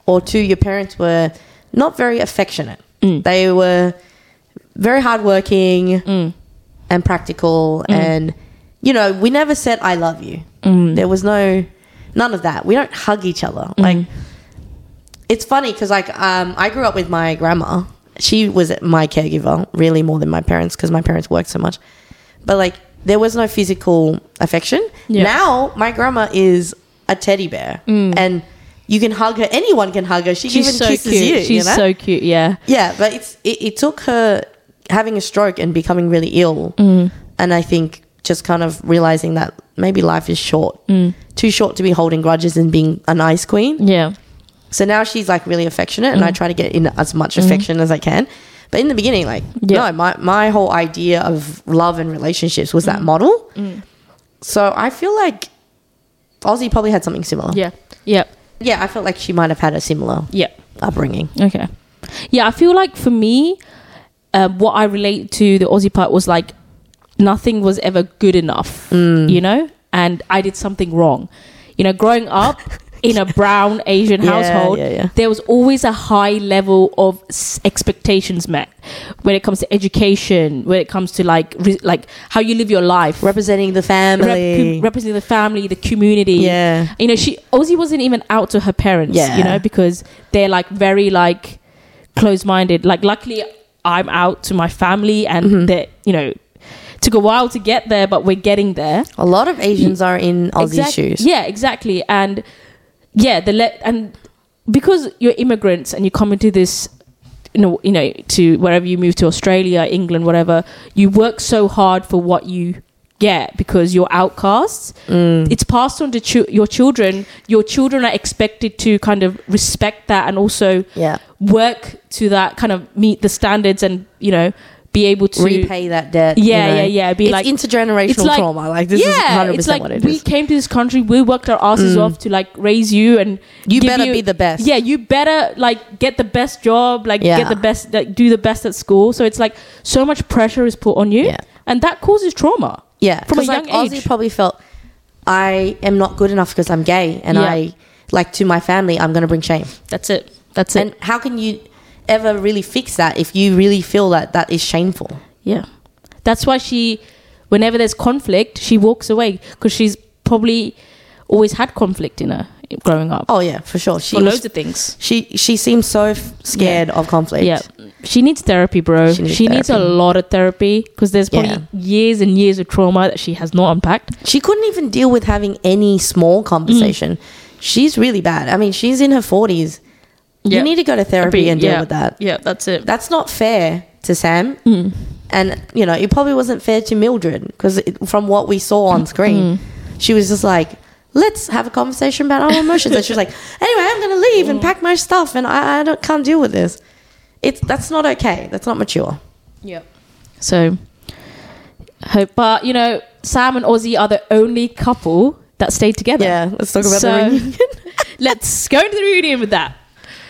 B: or two, your parents were not very affectionate. They were very hardworking
A: Mm.
B: and practical, and you know, we never said "I love you."
A: Mm.
B: There was no none of that. We don't hug each other.
A: Mm-hmm.
B: Like it's funny because like um, I grew up with my grandma. She was my caregiver, really more than my parents because my parents worked so much. But like there was no physical affection.
A: Yeah. Mm.
B: Now my grandma is a teddy bear, and you can hug her. Anyone can hug her. She
A: She's
B: even
A: so
B: kisses
A: cute.
B: you.
A: She's
B: you know?
A: so cute. Yeah.
B: Yeah, but it's it, it took her having a stroke and becoming really ill,
A: Mm.
B: and I think just kind of realizing that maybe life is short,
A: Mm.
B: too short to be holding grudges and being an ice queen.
A: Yeah.
B: So now she's like really affectionate,
A: Mm.
B: and I try to get in as much affection as I can. But in the beginning, like
A: Yeah.
B: no, my my whole idea of love and relationships was
A: Mm.
B: that model. So I feel like Aussie probably had something similar.
A: Yeah. Yeah.
B: yeah, I felt like she might have had a similar
A: Yeah.
B: upbringing.
A: Okay. Yeah, I feel like for me, um, what I relate to the Aussie part was like nothing was ever good enough, you know, and I did something wrong. You know, growing up in a brown Asian
B: Yeah,
A: household,
B: yeah, yeah.
A: there was always a high level of s- expectations met when it comes to education, when it comes to like re- like how you live your life,
B: Representing the family,
A: Rep- representing the family, the community.
B: Yeah.
A: You know, she Ozzy wasn't even out to her parents.
B: Yeah.
A: You know, because they're like very like close minded. Like luckily I'm out to my family and
B: Mm-hmm.
A: that you know took a while to get there, but we're getting there.
B: A lot of Asians are in Aussie
A: Exact-
B: shoes.
A: Yeah, exactly. And yeah, the le- and because you're immigrants and you come into this you know, you know, to wherever you move to Australia, England, whatever, you work so hard for what you get because you're outcasts. It's passed on to chu- your children. Your children are expected to kind of respect that and also
B: Yeah.
A: work to that kind of meet the standards and, you know, be able to
B: Repay that debt.
A: Yeah, yeah, yeah, be
B: it's
A: like-
B: intergenerational
A: it's like-
B: trauma. Like this is hundred
A: it's
B: percent
A: like
B: what it
A: we
B: is. Mm.
A: came to this country, we worked our asses off to like raise you, and
B: You
A: give
B: better be the best.
A: Yeah, you better like get the best job, like
B: Yeah.
A: get the best, like do the best at school. So it's like so much pressure is put on you,
B: Yeah.
A: and that causes trauma.
B: Yeah,
A: from a
B: 'cause,
A: young
B: like,
A: age.
B: Aussie probably felt I am not good enough because I'm gay, and
A: Yeah.
B: I like to my family, I'm going to bring shame.
A: That's it. That's it.
B: And how can you ever really fix that if you really feel that that is shameful?
A: Yeah. That's why she, whenever there's conflict, she walks away because she's probably always had conflict in her growing up
B: Oh yeah, for sure. She
A: for
B: was-
A: loads of things.
B: she she seems so f- scared of conflict.
A: Yeah, she needs therapy, bro. She
B: She
A: needs,
B: needs
A: a
B: therapy.
A: lot of therapy because there's probably
B: Yeah.
A: years and years of trauma that she has not unpacked.
B: She couldn't even deal with having any
A: Mm.
B: small conversation. She's really bad. I mean, she's in her 40s.
A: Yeah.
B: You need to go to therapy and deal
A: yeah.
B: with that. Mm.
A: Yeah, that's it.
B: That's not fair to Sam. And, you know, it probably wasn't fair to Mildred because from what we saw on
A: Mm.
B: screen, she was just like, let's have a conversation about our emotions. and she was like, anyway, I'm going to leave
A: Mm.
B: and pack my stuff and I, I don't, can't deal with this. It's, that's not okay. That's not mature.
A: yeah. So, hope, but you know, Sam and Ozzy are the only couple that stayed together.
B: let's talk
A: so, let's go into the reunion with that.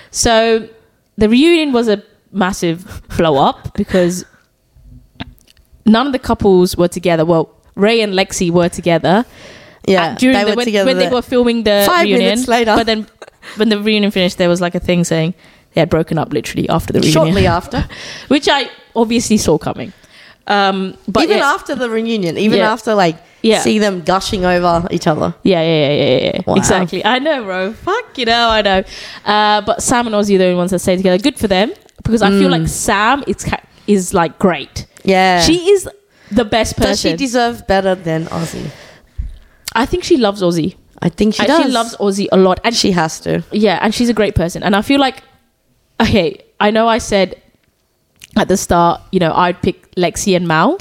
A: So, the reunion was a massive blow up because none of the couples were together. Well, Ray and Lexi were together.
B: Yeah,
A: Uh, during
B: they
A: the,
B: were
A: when,
B: together
A: when they
B: there.
A: were filming the
B: Five
A: reunion.
B: minutes later.
A: But then when the reunion finished, there was like a thing saying they had broken up literally after the reunion.
B: shortly after.
A: Which I obviously saw coming. Um, but
B: even
A: yeah,
B: after the reunion, even
A: Yeah.
B: after like
A: Yeah.
B: see them gushing over each other.
A: yeah, yeah, yeah, yeah, yeah, yeah.
B: Wow.
A: Exactly. I know, bro. Fuck, you know, I know. Uh, but Sam and Ozzy are the only ones that stay together. Good for them because I feel like Sam is, ca- is like great.
B: Mm. Yeah.
A: She is the best
B: does she
A: person.
B: deserve better than Aussie?
A: I think she loves Ozzy.
B: I think she
A: And
B: does.
A: Uh, she loves Aussie a lot, and she,
B: She has to.
A: yeah, and she's a great person. And I feel like, okay, I know I said at the start, you know, I'd pick Lexi and Mal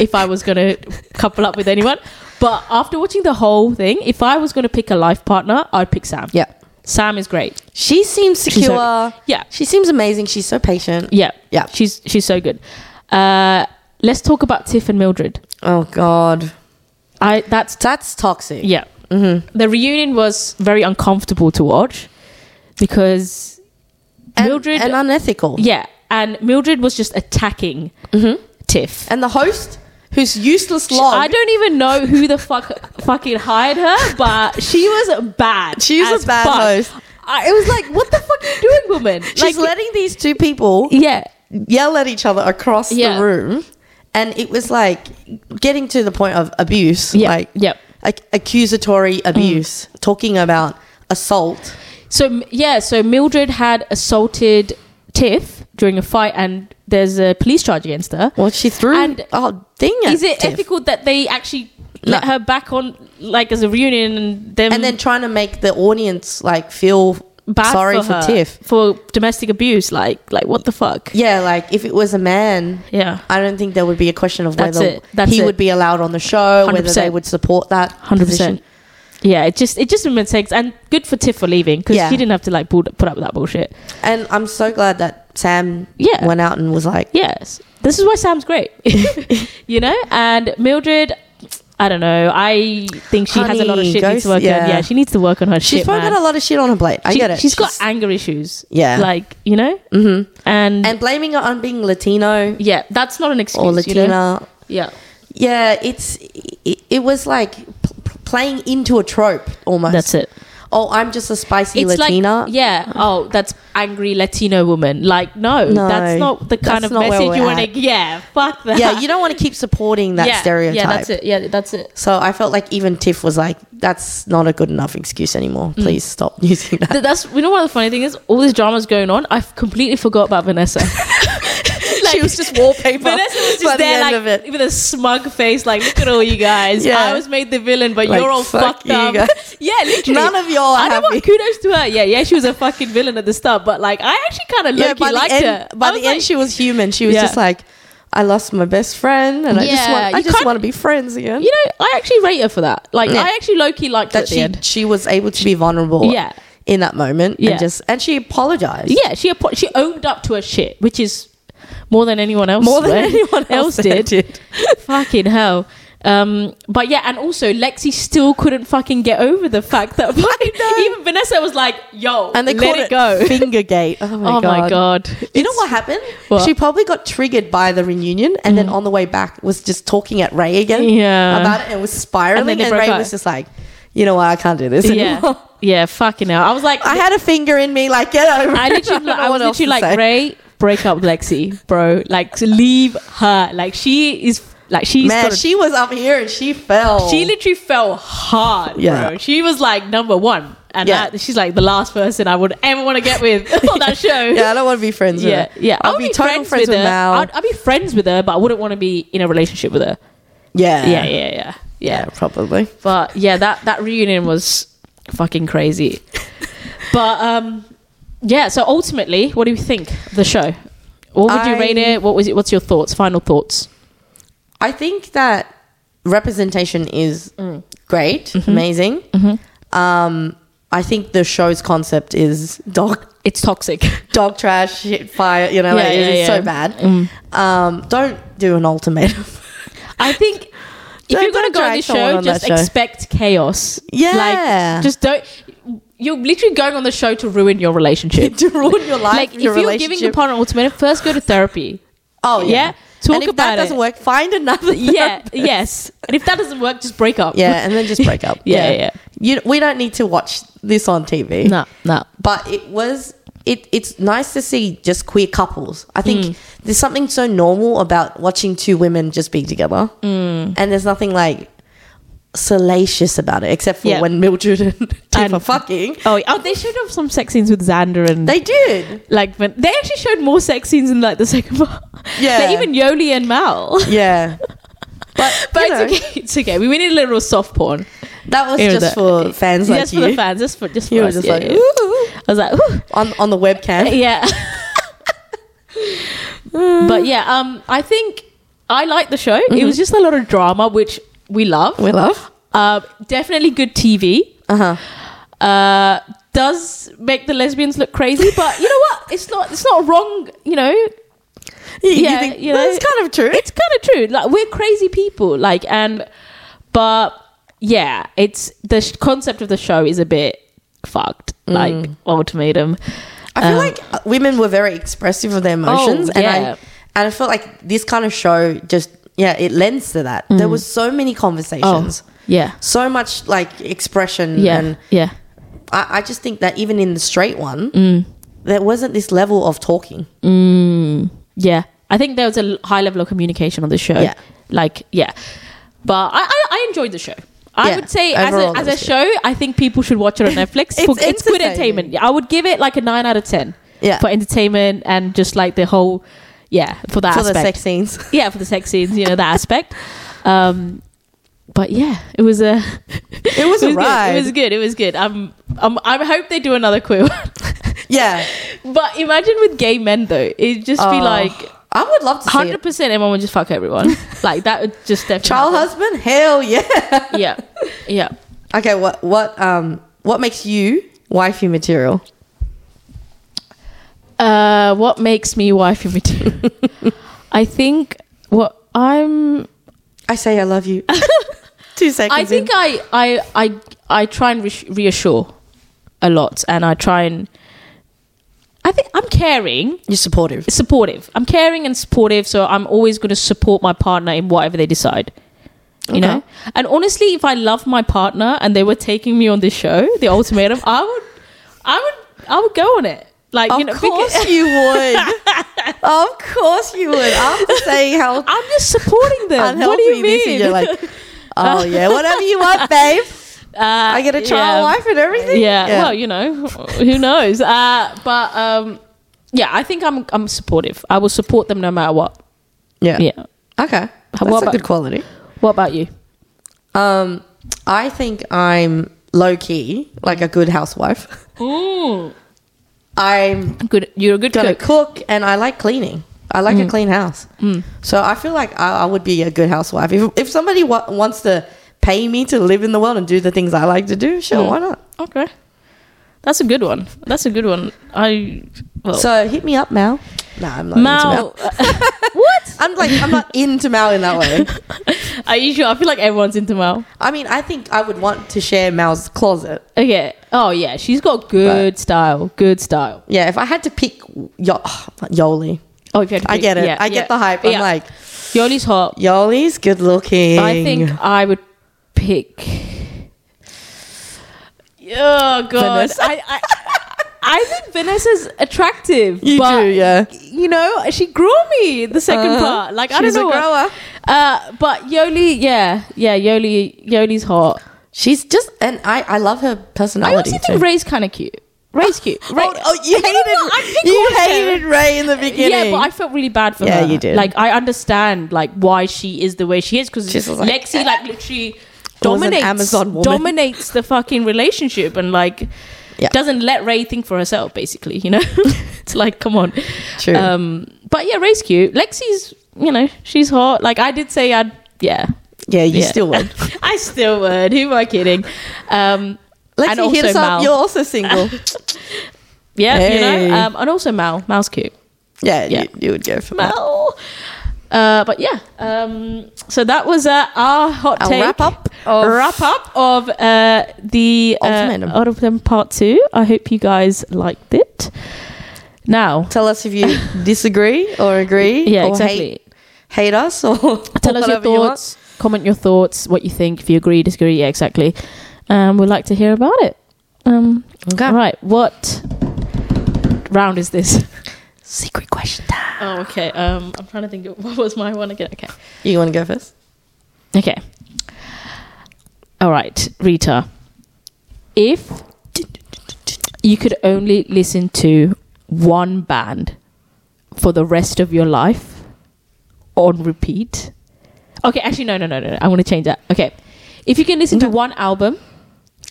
A: if I was gonna couple up with anyone. But after watching the whole thing, if I was gonna pick a life partner, I'd pick Sam.
B: Yeah.
A: Sam is great.
B: She seems
A: She's
B: secure.
A: Yeah,
B: She seems amazing. She's so patient.
A: yeah,
B: Yeah.
A: She's she's so good. Uh, let's talk about Tiff and Mildred.
B: Oh God,
A: I that's
B: that's toxic. Mm-hmm.
A: Yeah. The reunion was very uncomfortable to watch because
B: And,
A: Mildred.
B: and unethical.
A: yeah. And Mildred was just attacking
B: Mm-hmm.
A: Tiff.
B: And the host, who's useless log.
A: I don't even know who the fuck fucking hired her, but she was bad.
B: She was a
A: as
B: bad
A: fuck.
B: host.
A: I, it was like, what the fuck are you doing, woman?
B: She's
A: like,
B: letting these two people
A: yeah,
B: yell at each other across
A: Yeah.
B: the room, and it was like getting to the point of abuse.
A: yeah,
B: Like
A: yeah. Mm.
B: ac- accusatory abuse, talking about assault.
A: So m- yeah, so Mildred had assaulted Tiff during a fight, and there's a police charge against her.
B: Well, she threw
A: And
B: oh thing. At
A: is it
B: Tiff.
A: ethical that they actually let
B: No.
A: her back on like as a reunion and then
B: And then trying to make the audience like feel
A: Mm. bad
B: sorry
A: for,
B: for,
A: her
B: Tiff.
A: for domestic abuse like like what the fuck
B: Yeah, like if it was a man,
A: yeah
B: I don't think there would be a question of
A: That's
B: whether
A: it. That's
B: he
A: it.
B: would be allowed on the show, whether
A: 100%.
B: they would support that.
A: 100
B: position.
A: percent yeah it just it just made sense and good for Tiff for leaving because
B: Yeah.
A: she didn't have to like pull, put up with that bullshit
B: And I'm so glad that Sam
A: Yeah.
B: went out and was like,
A: yes this is why Sam's great you know and Mildred I don't know I think she has a lot of
B: Honey,
A: shit needs to
B: go-
A: work
B: yeah.
A: on yeah she needs to work on her
B: she's
A: shit
B: probably
A: man.
B: got a lot of shit on her plate. I
A: she,
B: get it.
A: she's got
B: She's-
A: anger issues
B: Yeah.
A: like Mm. you know
B: Mhm.
A: and
B: and blaming her on being Latino
A: Yeah, that's not an excuse.
B: or
A: You
B: Latina.
A: know? Yeah.
B: Yeah, it's it, it was like p- p- playing into a trope almost.
A: That's it.
B: Oh, I'm just a spicy
A: It's
B: Latina.
A: like yeah, oh, that's angry Latino woman. Like no,
B: No,
A: that's not the kind
B: that's
A: of
B: not where
A: message
B: we're
A: you want to
B: at.
A: yeah, fuck that.
B: yeah, you don't want to keep supporting that
A: Yeah,
B: stereotype.
A: Yeah, that's it. Yeah, that's it.
B: So I felt like even Tiff was like, "That's not a good enough excuse anymore.
A: Mm.
B: Please stop using that."
A: Th- That's you know what the funny thing is? All this drama's going on. I have completely forgot about Vanessa. Like-
B: she was just wallpaper.
A: Vanessa was
B: by
A: just
B: the
A: there
B: end
A: like
B: of it.
A: with a smug face, like look at all you guys.
B: Yeah.
A: I was made the villain, but
B: Like,
A: you're all
B: fuck
A: fucked
B: you
A: up.
B: guys.
A: yeah, literally.
B: None of y'all are
A: I don't
B: happy.
A: want kudos to her. Yeah, yeah, she was a fucking villain at the start, but like I actually kind of
B: yeah,
A: low-key
B: by the
A: liked
B: end,
A: her. I
B: by the
A: was
B: end,
A: like-
B: she was human. She was
A: Yeah.
B: just like, "I lost my best friend, and I just
A: Yeah,
B: want, I
A: you
B: just
A: can't-
B: want to be friends again."
A: you know, I actually rate her for that. Like,
B: Yeah.
A: I actually low key liked her
B: that
A: at the
B: she
A: end.
B: she was able to be vulnerable.
A: Yeah.
B: in that moment,
A: Yeah.
B: and just and she apologized.
A: Yeah, she apo- she owned up to her shit, which is more than anyone else.
B: More than
A: went-
B: anyone else
A: did.
B: did.
A: fucking hell. Um, but yeah, and also Lexi still couldn't fucking get over the fact that fucking, even Vanessa was like, "Yo,
B: and they
A: let
B: called
A: it go."
B: finger gate. Oh my
A: oh
B: god.
A: my god!
B: You know what happened?
A: What? Mm.
B: She probably got triggered by the reunion, and then on the way back was just talking at Ray again
A: Yeah.
B: about it, and was spiraling.
A: And then
B: And,
A: they broke
B: Ray
A: up.
B: was just like, "You know what? I can't do this
A: Yeah,
B: anymore.
A: yeah, fucking hell. I was like,
B: I had a finger in me. Like, get over."
A: I
B: it.
A: literally,
B: don't know
A: I was
B: what else
A: literally
B: to say.
A: like, Ray, break up with Lexi, bro. Like, leave her. Like, she is, like, she's
B: Man,
A: got a-
B: she was up here and she fell.
A: she literally fell hard,
B: Oh. Yeah.
A: bro. She was like number one, and
B: Yeah.
A: that, she's like the last person I would ever want to get with on that show.
B: yeah, I don't want to be friends.
A: yeah,
B: with her.
A: yeah.
B: I'll
A: would
B: be, total friends, with,
A: her.
B: Mal.
A: I'd, I'd be friends with her, but I wouldn't want to be in a relationship with her.
B: yeah.
A: Yeah, yeah, yeah, yeah.
B: yeah, probably.
A: But yeah, that that reunion was fucking crazy. but um, yeah. So ultimately, what do you think of the show? What would you
B: I-
A: rate it? What was it? What's your thoughts? Final thoughts?
B: I think that representation is great,
A: Mm-hmm.
B: amazing. Um, I think the show's concept is dog
A: It's toxic.
B: dog trash, shit, fire. You know,
A: Yeah,
B: like,
A: yeah,
B: it's
A: yeah. Mm.
B: so bad. Um, don't do an ultimatum.
A: I think if
B: Don't-
A: you're gonna
B: don't
A: go on
B: drag
A: this
B: someone
A: show,
B: on
A: just
B: that show.
A: expect chaos.
B: Yeah.
A: like just don't. You're literally going on the show to ruin your relationship.
B: to ruin your life,
A: like if
B: your
A: you're giving your
B: relationship.
A: partner an ultimatum, first go to therapy.
B: oh
A: yeah, talk
B: and if
A: about
B: that
A: it.
B: doesn't work, find another.
A: yeah,
B: therapist.
A: yes. And if that doesn't work, just break up.
B: yeah, and then just break up.
A: Yeah, yeah.
B: You, we don't need to watch this on TV.
A: No, no.
B: but it was it it's nice to see just queer couples i think
A: Mm.
B: there's something so normal about watching two women just be together mm. and there's nothing like salacious about it except for
A: Yeah.
B: when mildred and tiff
A: And-
B: are fucking
A: Oh, oh, they showed off some sex scenes with Xander and
B: they did
A: like when they actually showed more sex scenes in like the second part.
B: Yeah.
A: like, even Yoli and Mal.
B: yeah but,
A: But
B: you know,
A: it's okay. It's okay. We we need a little soft porn.
B: That was
A: It was
B: just
A: a-
B: for fans like
A: just
B: you.
A: for the fans, just for just for
B: You were
A: us,
B: just
A: yeah,
B: like,
A: yeah.
B: "Ooh."
A: I was like, "Ooh."
B: on on the webcam.
A: yeah. but yeah, um, I think I liked the show. It
B: Mm-hmm.
A: was just a lot of drama, which we love.
B: We love.
A: Uh, definitely good TV.
B: Uh huh.
A: Uh, does make the lesbians look crazy, but you know what? It's not. It's not wrong. You know,
B: yeah,
A: Yeah,
B: you think,
A: you know,
B: that's kind of true.
A: it's kind of true. Like we're crazy people. Like and but yeah, it's the sh- concept of the show is a bit fucked. Like ultimatum.
B: Mm. I feel
A: Um,
B: like uh, women were very expressive of their emotions,
A: Oh,
B: and I
A: yeah.
B: and I feel like this kind of show just yeah it lends to that. There was so many
A: Mm. oh
B: conversations,
A: yeah
B: so much like expression,
A: yeah
B: and
A: yeah
B: I, I just think that even in the straight one,
A: Mm.
B: there wasn't this level of talking.
A: yeah. I think there was a l- high level of communication on the show.
B: Yeah.
A: like yeah, but I I, I enjoyed the show. I
B: Yeah,
A: would say
B: overall it
A: as a, as
B: was
A: a show, I think people should watch it on Netflix.
B: It's
A: for, it's good
B: entertaining.
A: entertainment. Yeah, I would give it like a nine out of ten.
B: Yeah,
A: for entertainment and just like the whole yeah for that
B: for
A: aspect.
B: the sex scenes.
A: yeah for the sex scenes you know that aspect um but yeah it was a
B: It was a
A: good.
B: ride.
A: it was good it was good i'm I'm, I hope they do another queer one.
B: yeah,
A: but imagine with gay men though, it'd just be
B: Oh,
A: like
B: I would love to see
A: hundred
B: it.
A: percent. Everyone would just fuck everyone. like that would just definitely.
B: Child husband, hell yeah.
A: happen. Yeah, yeah.
B: Okay, what what um what makes you wifey material?
A: Uh, what makes me wifey material? I think what I'm
B: I say I love you. Two seconds.
A: I think I, I I I try and reass- reassure a lot, and I try and I think I'm caring,
B: you're supportive.
A: supportive. I'm caring and supportive, so I'm always going to support my partner in whatever they decide. You
B: Okay.
A: know, and honestly, if I love my partner and they were taking me on this show, the ultimatum, I would, I would, I would go on it. Like
B: Of
A: you know,
B: course
A: because-
B: you would. of course you would. After saying how
A: I'm just supporting them.
B: unhealthy
A: what do you
B: this
A: mean?
B: is, you're like, oh yeah, whatever you want, babe.
A: uh,
B: I get a child
A: yeah.
B: wife and everything.
A: yeah, well you know who knows uh, but um, yeah i think i'm i'm supportive i will support them no matter what
B: yeah.
A: yeah
B: Okay, that's
A: What
B: a
A: about-
B: good quality.
A: what about you
B: Um, I think I'm low key, like a good housewife. I'm
A: good you're a good Mm.
B: gonna
A: cook
B: cook. and I like cleaning. I like a clean house. So I feel like I, I would be a good housewife. If, if somebody wa- wants to pay me to live in the world and do the things I like to do,
A: Mm.
B: sure, why not?
A: okay that's a good one that's a good one i well
B: So hit me up, Mal. Nah, I'm not into Mal.
A: Oh. Mal, what
B: I'm like I'm not into Mal in that way.
A: are you sure i feel like everyone's into mal
B: I mean, I think I would want to share Mal's closet.
A: okay oh yeah she's got good style good style
B: Yeah, if I had to pick Yo- Yoli,
A: oh if you had to
B: I
A: pick-
B: get it.
A: yeah,
B: I get
A: yeah,
B: the hype.
A: yeah.
B: I'm like
A: yoli's hot
B: Yoli's good looking.
A: I think I would pick. Oh god,
B: Vanessa.
A: I, I I think Vanessa's attractive.
B: you
A: but,
B: do. Yeah,
A: You know, she grew on me the 2nd
B: Uh-huh.
A: part. Like I
B: She's
A: don't know
B: a
A: what-
B: grower.
A: Uh, but Yoli, yeah, yeah, Yoli, Yoli's hot.
B: She's just, and I, I love her
A: I also
B: personality. too.
A: think Ray's kind of cute. Ray's cute. Ray,
B: oh, oh, you
A: I don't know, I
B: hated
A: think
B: you
A: also-
B: hated Ray in the beginning.
A: Yeah, but I felt really bad for
B: Yeah,
A: her.
B: you did.
A: Like I understand like why she is the way she is because
B: She's just like-
A: Lexi like literally
B: It was an
A: dominates
B: Amazon woman.
A: dominates the fucking relationship and like
B: Yeah.
A: doesn't let Ray think for herself. Basically, you know, it's like come on.
B: True.
A: Um, but yeah, Ray's cute. Lexi's you know she's hot. Like I did say I'd yeah.
B: yeah, you
A: yeah.
B: still would.
A: I still would. Who am I kidding? Um,
B: Let's
A: and also
B: hit us
A: Mal.
B: up. You're also single.
A: yeah, you
B: Hey.
A: know. Um, and also Mal. Mal's cute.
B: yeah,
A: Yeah.
B: You, you would go for that.
A: Mel. Uh, but yeah, um, so that was uh, our hot
B: Our
A: take.
B: wrap up of-
A: wrap up of uh, the uh,
B: Ultimatum.
A: out of them part two. I hope you guys liked it. Now,
B: Tell us if you disagree or agree.
A: yeah,
B: or
A: exactly.
B: Hate, hate us or
A: Tell us your
B: whatever you want.
A: thoughts. comment your thoughts. What you think? If you agree, disagree, yeah, exactly. Um, we'd like to hear about it. Um,
B: Okay.
A: Right. What round is this?
B: Secret question time.
A: Oh, okay. Um, I'm trying to think. Of, what was my one again? Okay.
B: You want to go first?
A: Okay. All right, Rita. If you could only listen to one band for the rest of your life on repeat. Okay, actually, no, no, no, no. no. I want to change that. Okay. If you can listen to one album,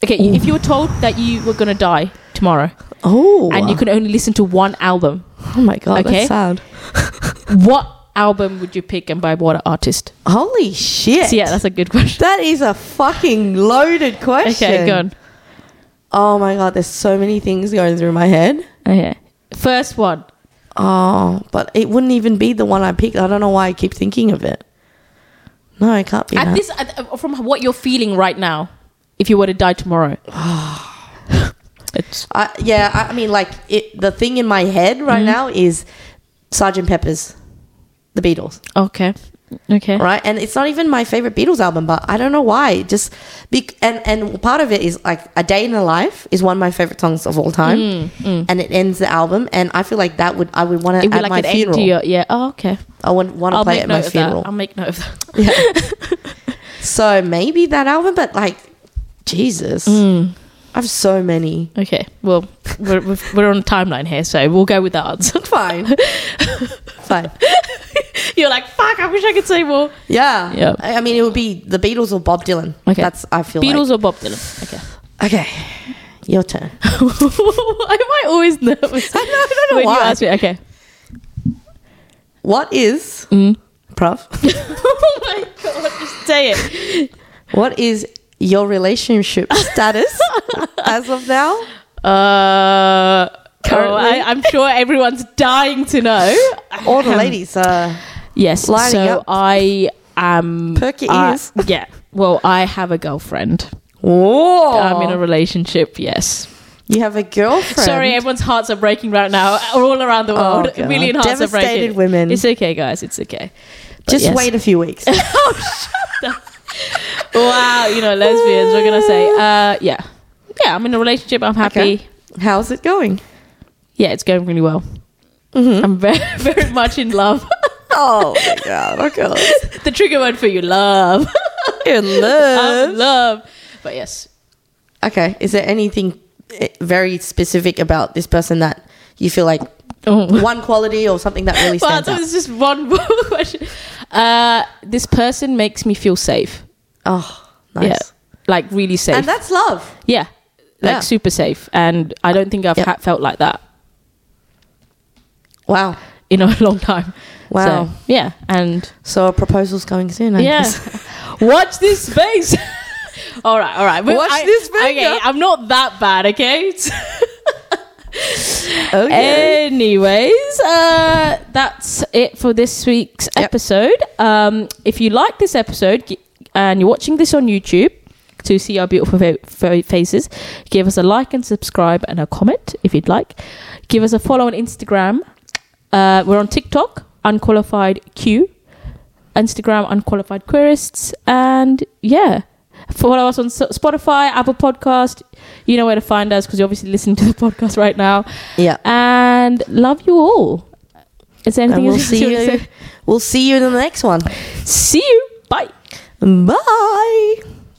A: okay, if you were told that you were gonna die tomorrow
B: Oh,
A: and you can only listen to one album,
B: Oh my god,
A: Okay.
B: that's sad.
A: what album would you pick and by what artist?
B: Holy shit!
A: So yeah, that's a good question.
B: that is a fucking loaded question.
A: Okay, go on.
B: Oh my god, there's so many things going through my head.
A: Okay, first one.
B: Oh, but it wouldn't even be the one I picked. I don't know why I keep thinking of it. No, it can't be.
A: At
B: that.
A: this, at, uh, from what you're feeling right now, if you were to die tomorrow, it's
B: I, yeah, I, I mean, like it, the thing in my head right
A: Mm-hmm.
B: now is Sergeant Pepper's, the Beatles,
A: okay, okay.
B: right? And it's not even my favorite Beatles album, but I don't know why. It Just bec- and and part of it is like A Day in the Life is one of my favorite songs of all time,
A: Mm.
B: and it ends the album. And I feel like that would I would want
A: It
B: to
A: would
B: at
A: like
B: my
A: an end
B: funeral.
A: to your yeah. Oh, okay.
B: I would want to
A: I'll
B: play
A: make
B: it at
A: note
B: my
A: of
B: funeral.
A: that. Um, I'll make note of that.
B: So maybe that album, but like Jesus,
A: Mm.
B: I have so many.
A: Okay. Well, we're, we're- we're on a timeline here, so we'll go with that answer.
B: Fine, fine.
A: You're like, fuck, I wish I could say more.
B: Yeah.
A: Yeah.
B: I, I mean, it would be the Beatles or Bob Dylan.
A: Okay.
B: That's, I feel
A: Beatles or
B: like.
A: Bob Dylan? Okay.
B: Okay. Your turn.
A: Why am I always nervous?
B: I know, I don't know
A: when you
B: why.
A: ask me. Okay.
B: What is, Prof,
A: oh my god, just say it.
B: what is your relationship status as of now?
A: Uh, oh,
B: Currently?
A: I, I'm sure everyone's dying to know.
B: All the ladies are.
A: Yes.
B: Lining
A: so
B: up.
A: I am.
B: Perk your
A: I-
B: ears.
A: yeah. Well, I have a girlfriend.
B: Whoa.
A: I'm in a relationship. Yes.
B: you have a girlfriend.
A: Sorry, everyone's hearts are breaking right now, all around the
B: Oh,
A: world.
B: God.
A: a million hearts are breaking.
B: Devastated women.
A: It's okay, guys. It's okay. But
B: Just
A: yes. Oh,
B: wait a few weeks.
A: Wow, you know, lesbians. we're gonna say, uh, yeah, yeah. I'm in a relationship. I'm happy.
B: Okay. How's it going?
A: Yeah, it's going really well.
B: Mm-hmm.
A: I'm very, very much in love.
B: Oh my god. Okay.
A: the trigger word for you, love.
B: In
A: I'm
B: love.
A: in love. But yes,
B: Okay. Is there anything eh, very specific about this person that you feel like
A: oh.
B: one quality or something that really
A: Wow,
B: stands
A: that
B: out?
A: was just one more question. Uh, this person makes me feel safe.
B: Oh, nice.
A: Yeah, like really safe.
B: And that's love.
A: Yeah, like
B: Yeah.
A: super safe. And I don't think I've
B: Yep.
A: ha- felt like that
B: Wow.
A: in a long time.
B: Wow.
A: So, yeah, and
B: So a proposal's going soon. I
A: yeah,
B: guess.
A: watch this space. all right, all right. But
B: Watch
A: I-
B: this finger.
A: Okay, I'm not that bad. Okay.
B: Oh, Okay.
A: Anyways, uh, that's it for this week's
B: Yep.
A: episode. Um, if you like this episode gi- and you're watching this on YouTube to see our beautiful fa- fa- faces, give us a like and subscribe and a comment if you'd like. Give us a follow on Instagram. Uh, we're on TikTok, unqualified Q, Instagram, unqualified querists, and yeah. Follow us on S- Spotify, Apple Podcast. You know where to find us because you're obviously listening to the podcast right now
B: yeah.
A: and love you all. Is there
B: And
A: anything
B: we'll
A: else you
B: see
A: want to
B: you. We'll see you in the next one.
A: say? See you. Bye.
B: Bye.